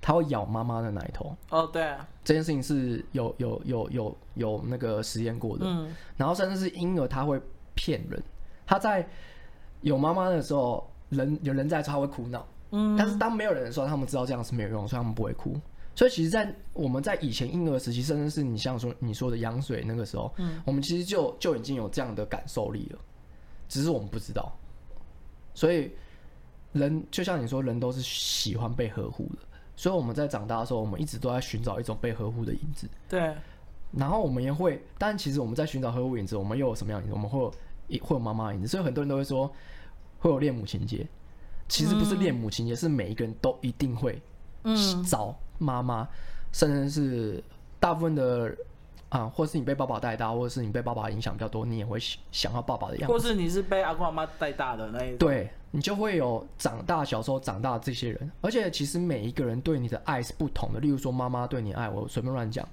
他会咬妈妈的奶头，
哦，对啊，
这件事情是有 有有有有那个实验过的，
嗯，
然后甚至是婴儿他会骗人，他在有妈妈的时候，人有人在的时候他会哭闹，
嗯，
但是当没有人的时候，他们知道这样是没有用的，所以他们不会哭。所以其实在，我们在以前婴儿时期，甚至是你像说你说的羊水那个时候，
嗯
我们其实就就已经有这样的感受力了，只是我们不知道。所以人就像你说，人都是喜欢被呵护的，所以我们在长大的时候，我们一直都在寻找一种被呵护的影子。
对，
然后我们也会，但其实我们在寻找呵护影子，我们又有什么样的影子？我们会有也会有妈妈的影子，所以很多人都会说会有恋母情节。其实不是恋母情节，是每一个人都一定会
嗯，
找妈妈，甚至是大部分的啊，或是你被爸爸带大，或者是你被爸爸影响比较多，你也会想想要爸爸的样
或
子。
是你是被阿公阿妈带大的那一种，
对你就会有长大小时候长大的这些人，而且其实每一个人对你的爱是不同的。例如说妈妈对你爱，我随便乱讲，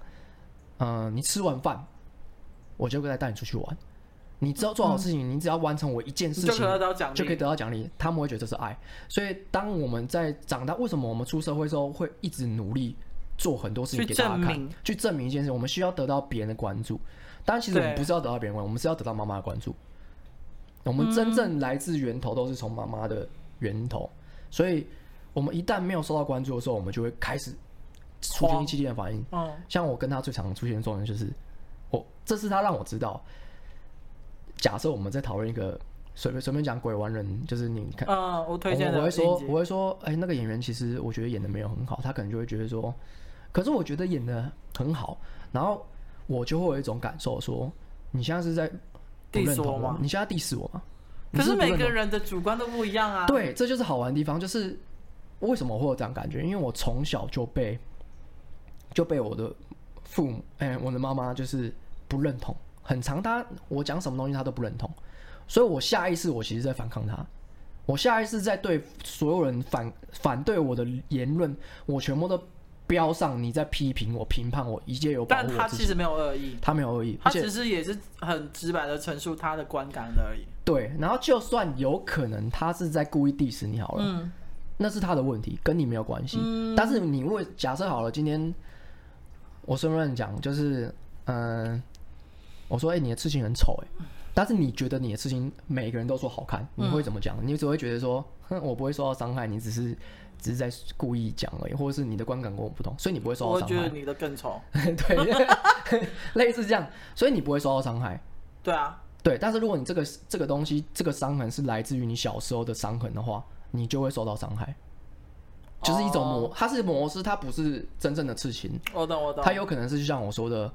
嗯、你吃完饭，我就会再带你出去玩。你只要做好事情，你只要完成我一件
你
事
就可
情，
得到奖
就可以
励。
得到奖励，他们会觉得这是爱。所以当我们在长大，为什么我们出社会之后会一直努力做很多事情
去
给大家
证
看
明，
去证明一件事？我们需要得到别人的关注。当然，其实我们
对
不是要得到别人关注，我们是要得到妈妈的关注。我们真正来自源头都是从妈妈的源头，所以我们一旦没有受到关注的时候，我们就会开始出现
慌
一系列的反应。
嗯，
像我跟他最常出现的状况就是，我这次他让我知道，假设我们在讨论一个随便随便讲鬼玩人，就是你看，
呃，我推荐
我
的
我会说
影集
我会说，哎、那个演员其实我觉得演的没有很好，他可能就会觉得说，可是我觉得演的很好，然后我就会有一种感受说，你现在是在不
diss
认
我
同
吗
你现在 diss 我吗？你
可是
不认
每
同
个人的主观都不一样啊。，
对，这就是好玩的地方，就是为什么我会有这样感觉，因为我从小就被就被我的父母，哎、我的妈妈就是不认同，很长她我讲什么东西她都不认同，所以我下意识我其实在反抗她，我下意识在对所有人反反对我的言论，我全部都标上你在批评我、评判我，一切有保
但
护
他
我自
其
己。
实没有恶意，
他没有恶意，
他
而且
只是也是很直白的陈述他的观感而已。
对，然后就算有可能他是在故意 diss 你好了，
嗯，
那是他的问题，跟你没有关系。
嗯
但是你为假设好了，今天我随便乱讲，就是嗯、我说哎、欸你的刺青很丑哎、但是你觉得你的刺青每个人都说好看，你会怎么讲？你只会觉得说，哼，我不会受到伤害，你只是只是在故意讲而已，或者是你的观感跟我不同，所以你不会受
我
到
觉得
伤
你的更丑。
害。 对， 类似这样，所以你不会受到伤害。
对啊，
对，但是如果你这个这个东西，这个伤痕是来自于你小时候的伤痕的话，你就会受到伤害，就是一种模，它是模式，它不是真正的刺青，
我哦懂我懂
它。有可能是就像我说的，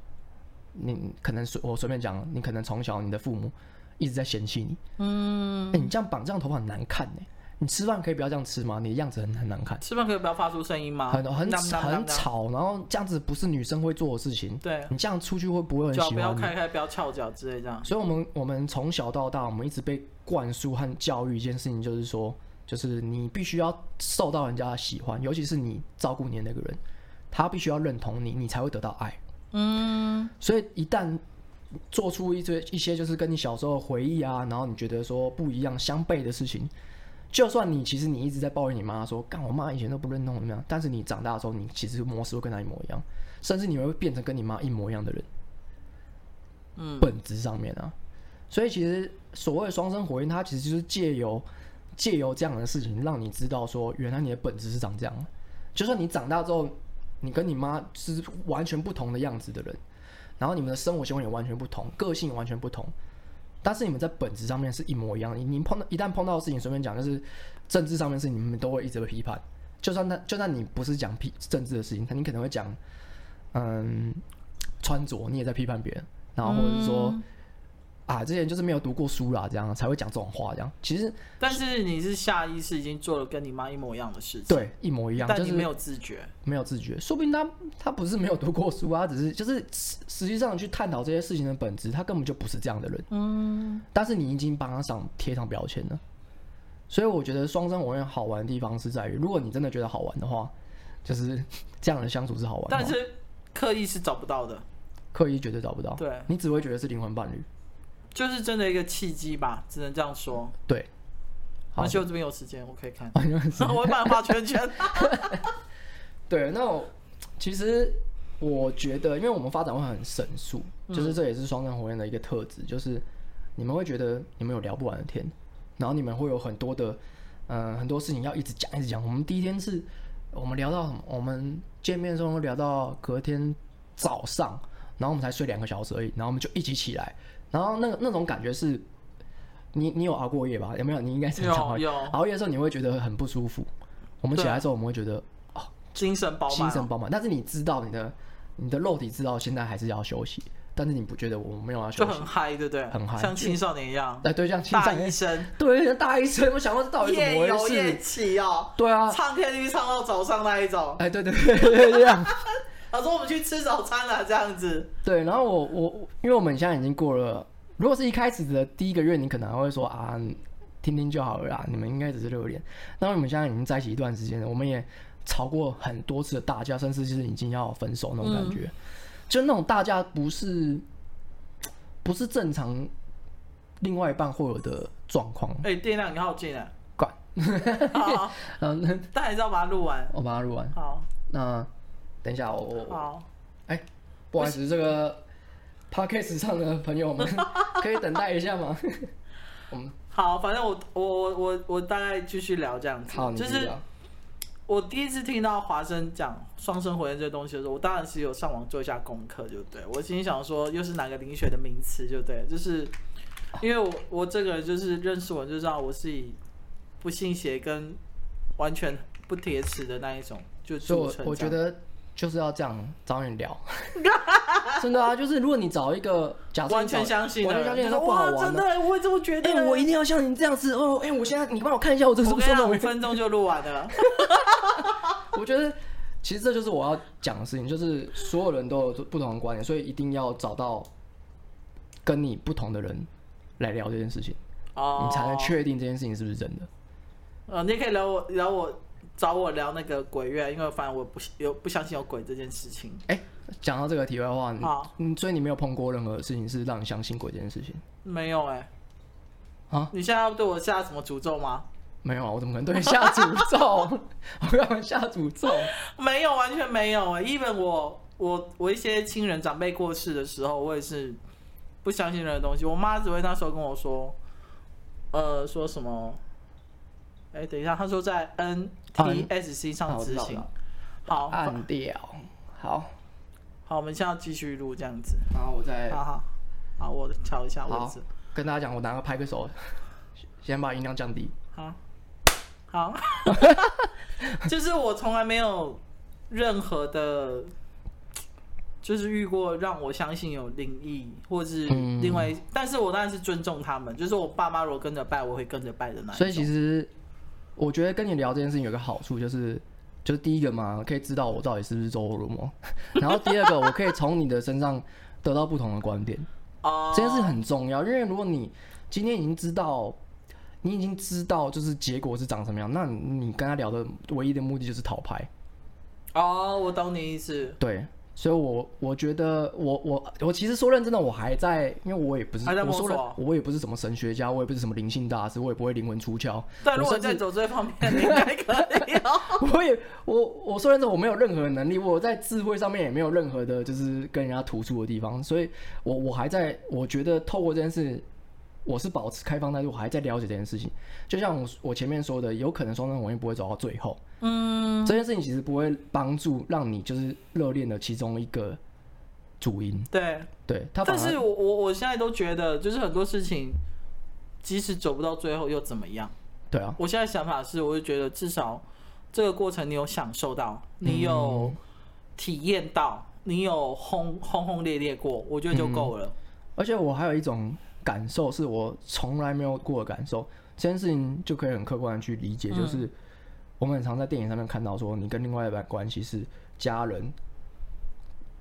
你可能随我随便讲，你可能从小你的父母一直在嫌弃你，
嗯，
哎、你这样绑这样头发很难看呢、你吃饭可以不要这样吃吗？你的样子很很难看，
吃饭可以不要发出声音吗？
很很
当当
很
当当。
吵，然后这样子不是女生会做的事情，
对，
你这样出去会不会很
脚
喜
不要
欢你？
开开，不要翘脚之类这样。
所以我们我们从小到大，我们一直被灌输和教育一件事情，就是说，就是你必须要受到人家的喜欢，尤其是你照顾你的那个人，他必须要认同你，你才会得到爱。
嗯，
所以一旦做出一些一些就是跟你小时候的回忆啊，然后你觉得说不一样相悖的事情，就算你其实你一直在抱怨你妈说，干我妈以前都不认同我怎么样，但是你长大的时候，你其实模式会跟她一模一样，甚至你会变成跟你妈一模一样的人。
嗯，
本质上面啊。所以其实所谓的双生火焰，它其实就是借由借由这样的事情，让你知道说，原来你的本质是长这样。就算你长大之后，你跟你妈是完全不同的样子的人，然后你们的生活行为也完全不同，个性也完全不同。但是你们在本质上面是一模一样的，你你碰到一旦碰到的事情，随便讲就是政治上面的事情，你们都会一直被批判。就算他就算你不是讲批政治的事情，你可能会讲，嗯，穿着你也在批判别人，然后或者是说、啊，这些人就是没有读过书啦，这样才会讲这种话，这样其实
但是你是下意识已经做了跟你妈一模一样的事情，
对一模一样，
但
就
你
是
没有自觉。
没有自觉，说不定他他不是没有读过书啊，只是就是实实际上去探讨这些事情的本质，他根本就不是这样的人。
嗯，
但是你已经帮他上贴上标签了。所以我觉得双生火焰好玩的地方是在于，如果你真的觉得好玩的话，就是 这样的相处是好玩的
但是刻意是找不到的，
刻意绝对找不到，
对，
你只会觉得是灵魂伴侣。
就是真的一个契机吧，只能这样说。
对，好，
而，且我这边有时间，我可以 看我会帮你画圈圈。
对，那我其实我觉得，因为我们发展会很神速，就是
嗯
这也是双生火焰的一个特质，就是你们会觉得你们有聊不完的天，然后你们会有很多的，呃，很多事情要一直讲一直讲。我们第一天是我们聊到什么？我们见面的时候聊到隔天早上，然后我们才睡两个小时而已，然后我们就一起起来，然后那个那种感觉是。你你有熬过夜吧？有没有？你应该是很常熬
有
夜
有
熬夜的时候，你会觉得很不舒服。我们起来的时候，我们会觉得
精神饱
精
满
神
哦，
饱满，但是你知道你的你的肉体知道现在还是要休息，但是你不觉得我没有要休
就
息
很？嗨，对不对？
很嗨
像青少年一样，
哎，对，像青少
大医
年，
生，
对，像大医生，我想问这到底怎
夜
么
游
回
夜
事？
骑哦，
对啊，
唱 KTV 唱到早上那一种。
哎，对对对对，这样
他说我们去吃早餐了，这样子。
对。然后我我我因为我们现在已经过了，如果是一开始的第一个月，你可能还会说啊，听听就好了啦，你们应该只是热恋。那我们现在已经在一起一段时间了，我们也吵过很多次的大架，甚至就是已经要分手那种感觉。就那种大架不是不是正常另外一半会有的状况。
哎，电量你好近啊！
管，
好，
嗯， 那
但还是要把它录完。
我把它录完。
好，
那等一下，我我
好，
不好意思，这个 podcast 上的朋友 们，可以等待一下吗？我们
好，反正我我我我大概继续聊这样子
好，，你
就
继续啊
是
聊
我第一次听到华生讲双生火焰这东西的时候，我当然是有上网做一下功课，就对我心里想说，又是哪个灵学的名词，就对，就是因为我我这个人就是认识我就知道我是以不信邪跟完全不铁齿的那一种，就
所以
著
我
称
我觉
这样
得就是要这样找人 聊，真的啊，就是如果你找一个假设你
完全
找
相信的
完
人，
全相信他
就说
不好
哇，
玩
真
的。
的，我也这么觉
哎、
得，
我一定要像你这样子哦！哎、我现在你帮我看一下我这个是
我
不
跟
是
你
那
讲，五
种？
分钟就录完 了。
我觉得其实这就是我要讲的事情，就是所有人都有不同的观点，所以一定要找到跟你不同的人来聊这件事情，
哦，
你才能确定这件事情是不是真的。
呃，你也可以聊我聊我找我聊那个鬼月，因为反正我不有不相信有鬼这件事情。
哎、讲到这个题外话，你
好
嗯，所以你没有碰过任何事情是让你相信鬼这件事情
没有哎、
啊？
你现在要对我下什么诅咒吗？
没有啊，我怎么可能对你下诅咒？我干嘛下诅咒？
没有，完全没有哎、even 我我我一些亲人长辈过世的时候，我也是不相信任何东西。我妈只会那时候跟我说，呃，说什么？哎、等一下，她说在 NTSC
啊
上
我知
执
道
行。
了啊
好
按掉，好，
好，我们现在要继续录这样子。
然后我再
好好好，我调一下位
哎好
置。
跟大家讲，我拿个拍个手，先把音量降低。
好， 好，就是我从来没有任何的，就是遇过让我相信有灵异，或是
嗯
另外，但是我当然是尊重他们，就是我爸妈如果跟着拜，我会跟着拜的那一种。
所以其实我觉得跟你聊这件事情有个好处就是。就是第一个嘛，可以知道我到底是不是周罗魔， 然后第二个，我可以从你的身上得到不同的观点。
哦，
这件事很重要，因为如果你今天已经知道，你已经知道就是结果是长什么样，那你跟他聊的唯一的目的就是讨牌。
哦，我懂你意思，
对，所以我我觉得我我我其实说认真的，我还在，因为我也不是
还在
我
摸
说
索
了，我也不是什么神学家，我也不是什么灵性大师，我也不会灵魂出窍。
对，如
我
果
甚
你在
至
走这方面，你应该可 以哦。
我也我我说认真，我没有任何能力，我在智慧上面也没有任何的，就是跟人家突出的地方，所以我我还在，我觉得透过这件事，我是保持开放态度，我还在了解这件事情。就像我我前面说的，有可能双生火焰不会走到最后，
嗯，
这件事情其实不会帮助让你就是热恋的其中一个主因，
对，
对他反
但是
而
我我我现在都觉得，就是很多事情，即使走不到最后又怎么样？
对啊，
我现在想法是，我就觉得至少这个过程你有享受到，你
嗯
有体验到，你有轰轰轰烈烈过，我觉得就够
嗯
了。
而且我还有一种感受，是我从来没有过的感受。这件事情就可以很客观的去理
嗯
解，就是我们很常在电影上面看到说，你跟另外一半关系是家人、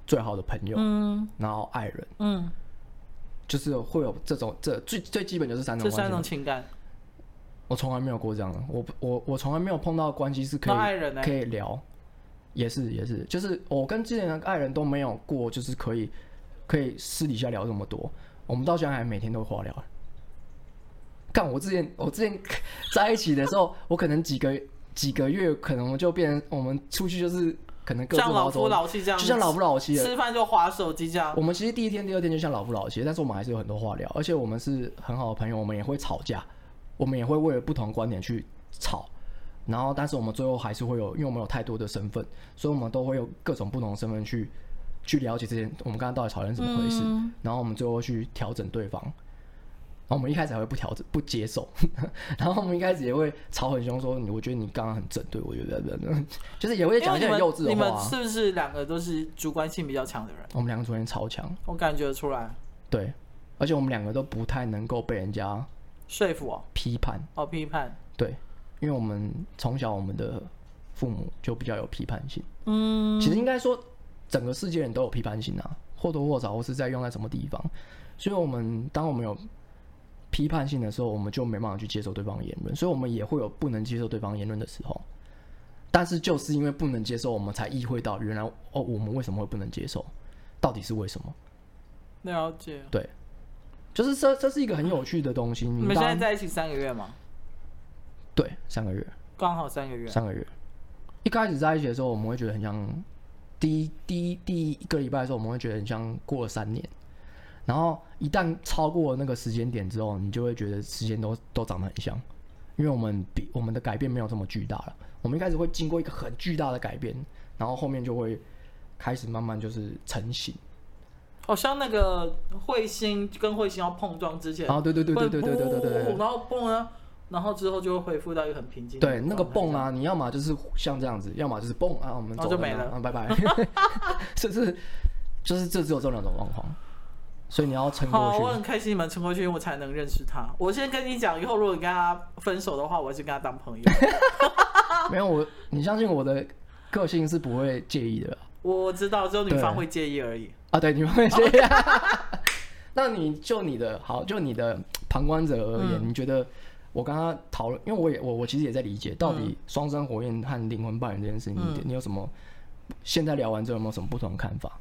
最好的朋友，
嗯
然后爱人，
嗯，
就是会有这种这最最基本就是三种
这
关
三
系
种
嘛。
情感，
我从来没有过这样的，我不我我从来没有碰到关系是可以
那爱人呢
可以聊，也是也是，就是我跟之前的爱人都没有过，就是可以可以私底下聊这么多，我们到现在还每天都话聊。干，我之前我之前 在一起的时候，我可能几个几个月，可能就变成我们出去就是可能各自
像老
好
夫
多，
老妻这
就
样，
像老夫老妻了。
吃饭就划手机这样
我。们其实第一天、第二天就像老夫老妻，但是我们还是有很多话聊，而且我们是很好的朋友，我们也会吵架，我们也会为了不同观点去吵，然后但是我们最后还是会有，因为我们有太多的身份，所以我们都会有各种不同的身份去去了解这件我们刚刚到底吵成怎么回事，
嗯
然后我们最后去调整对方。然后我们一开始还会不调整、不接受， 然后我们一开始也会吵很凶，说你我觉得你刚刚很针对我，觉得 就是也会
因
讲
为
一
你
些很
们
幼稚
你
的
们
话、啊。
是不是两个都是主观性比较强的人？
我们两个昨天超强，
我感觉出来，
对，而且我们两个都不太能够被人家
说服我，
批判，
哦，批判，
对，因为我们从小我们的父母就比较有批判性。
嗯，
其实应该说，整个世界人都有批判性啊，或多或少或是在用在什么地方。所以，我们当我们有批判性的时候，我们就没办法去接受对方的言论，所以我们也会有不能接受对方言论的时候。但是，就是因为不能接受，我们才意会到原来哦，我们为什么会不能接受，到底是为什么？
了解。
对，就是这这是一个很有趣的东西。
你
你
们
嗯
现
当
在在一起三个月吗？
对三个月，
刚好三个月。
三个月。一开始在一起的时候，我们会觉得很像第一第一第一个礼拜的时候，我们会觉得很像过了三年。然后一旦超过那个时间点之后，你就会觉得时间都都长得很像，因为我们比我们的改变没有这么巨大了。我们一开始会经过一个很巨大的改变，然后后面就会开始慢慢就是成型。
好哦像那个彗星跟彗星要碰撞之前，
啊，对对对对对对对对对
会
对
嘣，然后蹦呢，然后之后就会恢复到一个很平静。
对，那个蹦，啊，你要么就是像这样子，要么就是蹦啊，我们
然后
走
哦就没
了
了
啊，拜拜。 就是就是这只有这两种状况，所以你要撑过
好，啊
去。
我很开心你们撑过去，因为我才能认识他。我先跟你讲，以后如果你跟他分手的话，我还是跟他当 朋友。
没有我，你相信我的个性是不会介意的啦
我知道，只有女方
对
会介意而已。
啊。对，你们会介意、 啊。那你就你的好，就你的旁观者而
嗯
言，你觉得我刚刚讨论，因为我也我我其实也在理解，到
嗯
底双生火焰和灵魂伴侣这件事情，你你有什么？现在聊完之后有没有什么不同的看法？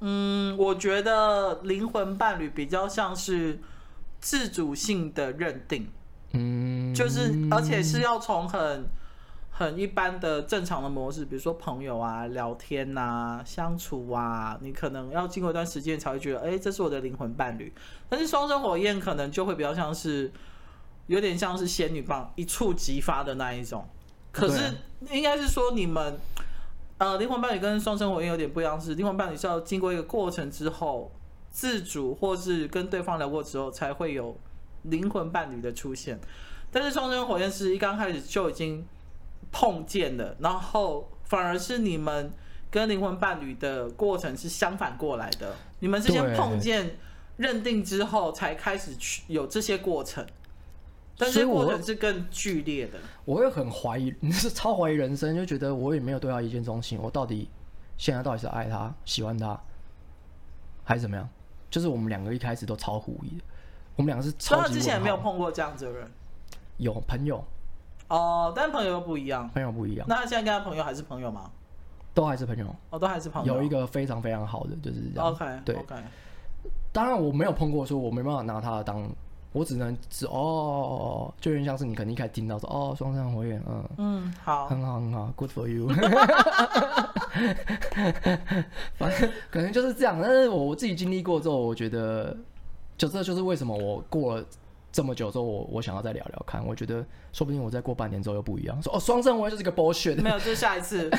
嗯，我觉得灵魂伴侣比较像是自主性的认定，
嗯，
就是而且是要从很很一般的正常的模式，比如说朋友啊、聊天呐、相处啊，你可能要经过一段时间才会觉得，哎，这是我的灵魂伴侣。但是双生火焰可能就会比较像是，有点像是仙女棒一触即发的那一种。可是应该是说你们，呃，灵魂伴侣跟双生火焰有点不一样，是灵魂伴侣是要经过一个过程之后，自主或是跟对方聊过之后，才会有灵魂伴侣的出现。但是双生火焰是一刚开始就已经碰见了，然后反而是你们跟灵魂伴侣的过程是相反过来的，你们是先
对
碰见、认定之后，才开始去有这些过程。但
所以
是
我
过程是更剧烈的，
我会很怀疑， 你是超怀疑人生，就觉得我也没有对他一见钟情，我到底现在到底是爱他、喜欢他，还是怎么样？就是我们两个一开始都超狐疑的，我们两个是
所以
超
我
级
之前也
问
没有
号
碰过这样子的人
有朋友，
哦，但朋友又不一样。
朋友不一样，
那他现在跟他朋友还是朋友吗？
都还是朋友。
哦，都还是朋友。
有一个非常非常好的就是这样
OK，
对
OK，
当然我没有碰过，说我没办法拿他当，我只能只哦，就有点像是你肯定一开始听到说哦，双向火焰，嗯，
嗯， 好，
很好很好，Good for you。反正可能就是这样，但是我我自己经历过之后，我觉得，就这就是为什么我过了这么久之后，我我想要再聊聊看。我觉得说不定我再过半年之后又不一样，说哦，双生我就是个 bullshit，
没有，就是下一次。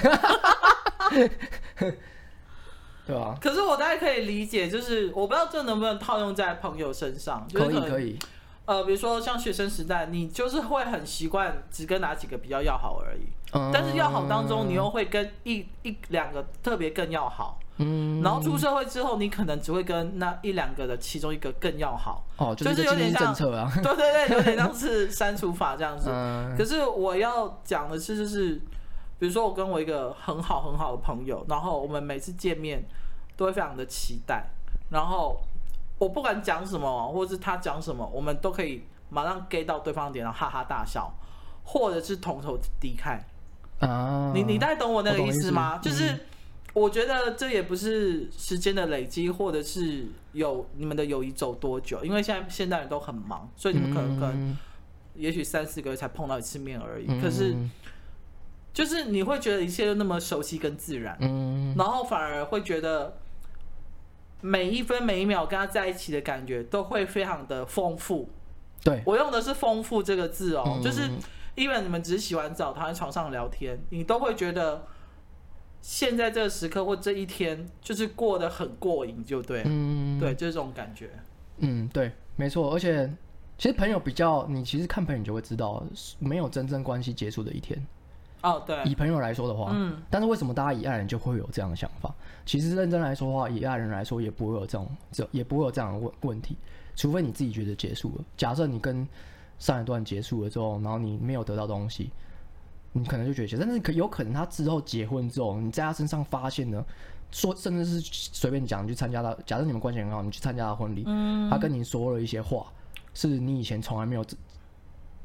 对吧？
可是我大概可以理解，就是我不知道这能不能套用在朋友身上，就是
可以
能
可以，
呃，比如说像学生时代，你就是会很习惯只跟哪几个比较要好而已，
嗯
但是要好当中，你又会跟一一两个特别更要好，
嗯
然后出社会之后，你可能只会跟那一两个的其中一个更要好，
哦，就
就是是
一个
有
精
点
英政
像
策啊，
对对对，有点像是删除法这样子。
嗯
可是我要讲的是，就是比如说我跟我一个很好很好的朋友，然后我们每次见面都会非常的期待，然后我不管讲什么，或是他讲什么，我们都可以马上 get 到对方的点，然后哈哈大笑，或者是同仇敌忾。
啊，
你你大概懂我那个
我懂
意思吗？
意思
就是我觉得这也不是时间的累积，或者是有你们的友谊走多久，因为现在现代人都很忙，所以你们可能、可能
嗯
也许三四个月才碰到一次面而已。
嗯
可是就是你会觉得一切都那么熟悉跟自然，
嗯
然后反而会觉得每一分每一秒跟他在一起的感觉都会非常的丰富。
对，
我用的是“丰富”这个字哦，
嗯
就是因为你们只是洗完澡躺在床上聊天，你都会觉得现在这个时刻或这一天就是过得很过瘾，就对了，
嗯
对，就是这种感觉。
嗯，对，没错，而且其实朋友比较，你其实看朋友你就会知道，没有真正关系结束的一天。
哦，对，
以朋友来说的话，
嗯，
但是为什么大家以爱人就会有这样的想法？其实认真来说的话，以爱人来说也不会有这种这也不会有这样的问问题，除非你自己觉得结束了。假设你跟上一段结束了之后，然后你没有得到东西，你可能就觉得结束，但是可有可能他之后结婚之后，你在他身上发现呢，说甚至是随便讲，你去参加他，假设你们关系很好，你去参加他婚礼，
嗯
他跟你说了一些话，是你以前从来没有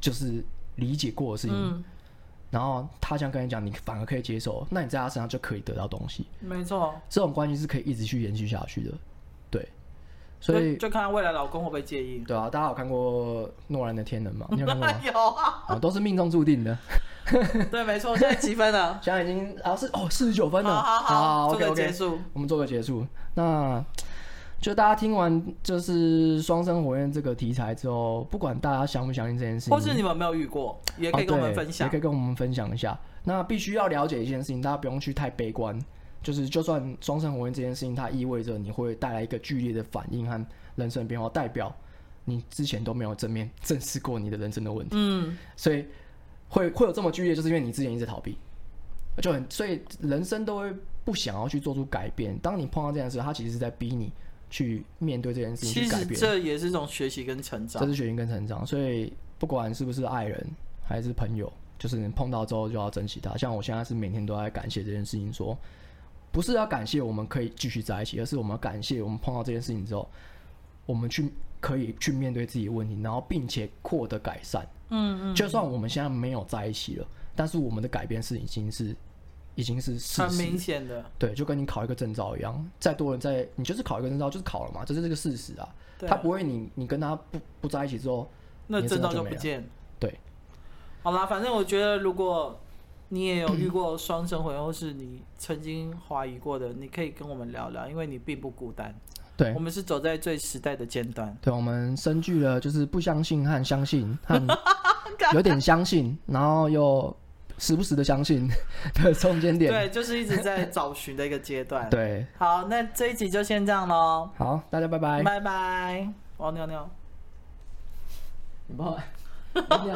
就是理解过的事情，
嗯，
然后他这样跟你讲，你反而可以接受，那你在他身上就可以得到东西。
没错，
这种关系是可以一直去延续下去的，对。所以
就就看未来老公会不会介意。？
对啊，大家有看过诺兰的《天能》吗？ 你有看过吗
有啊，
啊，都是命中注定的。
对，没错，现在几分了？
现在已经啊是哦四十九分了，
好好好，
o
做
k
个
OK，
结束。
我们做个结束。那就大家听完就是双生火焰这个题材之后，不管大家相不相信这件事情，
或是你们没有遇过，也可以跟我们分享。
啊对也可以跟我们分享一下。那必须要了解一件事情，大家不用去太悲观，就是就算双生火焰这件事情，它意味着你会带来一个剧烈的反应和人生的变化，代表你之前都没有正面正视过你的人生的问题，
嗯，
所以会会有这么剧烈，就是因为你之前一直逃避，就很所以人生都会不想要去做出改变。当你碰到这件事，它其实是在逼你去面对这件事情，
其
去改
实
变。
这也是一种学习跟成
这
长。
是学习跟成长，所以不管是不是爱人还是朋友，就是你碰到之后就要珍惜他。像我现在是每天都在感谢这件事情说不是要感谢我们可以继续在一起，而是我们要感谢我们碰到这件事情之后，我们去可以去面对自己的问题，然后并且获得改善。
嗯
就算我们现在没有在一起了，但是我们的改变是已经是已经是
嗯，
事
很
实
明显的，
对，就跟你考一个证照一样，再多人在你就是考一个证照就是考了嘛，这是这个事实啊。
对
他不会你你跟他不不在一起之后，
那
你真
证
的
照
就
就
没
不
了
见。
对，
好啦，反正我觉得，如果你也有遇过双 生回，或是你曾经怀疑过的，你可以跟我们聊聊，因为你并不孤单。
对
我们是走在最时代的尖端。
对，我们深具了就是不相信和相信， 和有点相信，然后又时不时的相信的中间点。
对，就是一直在找寻的一个阶 段。
对，
好，那这一集就先这样喽，
好，大家拜拜。
拜拜，我要尿尿。
你帮我你帮我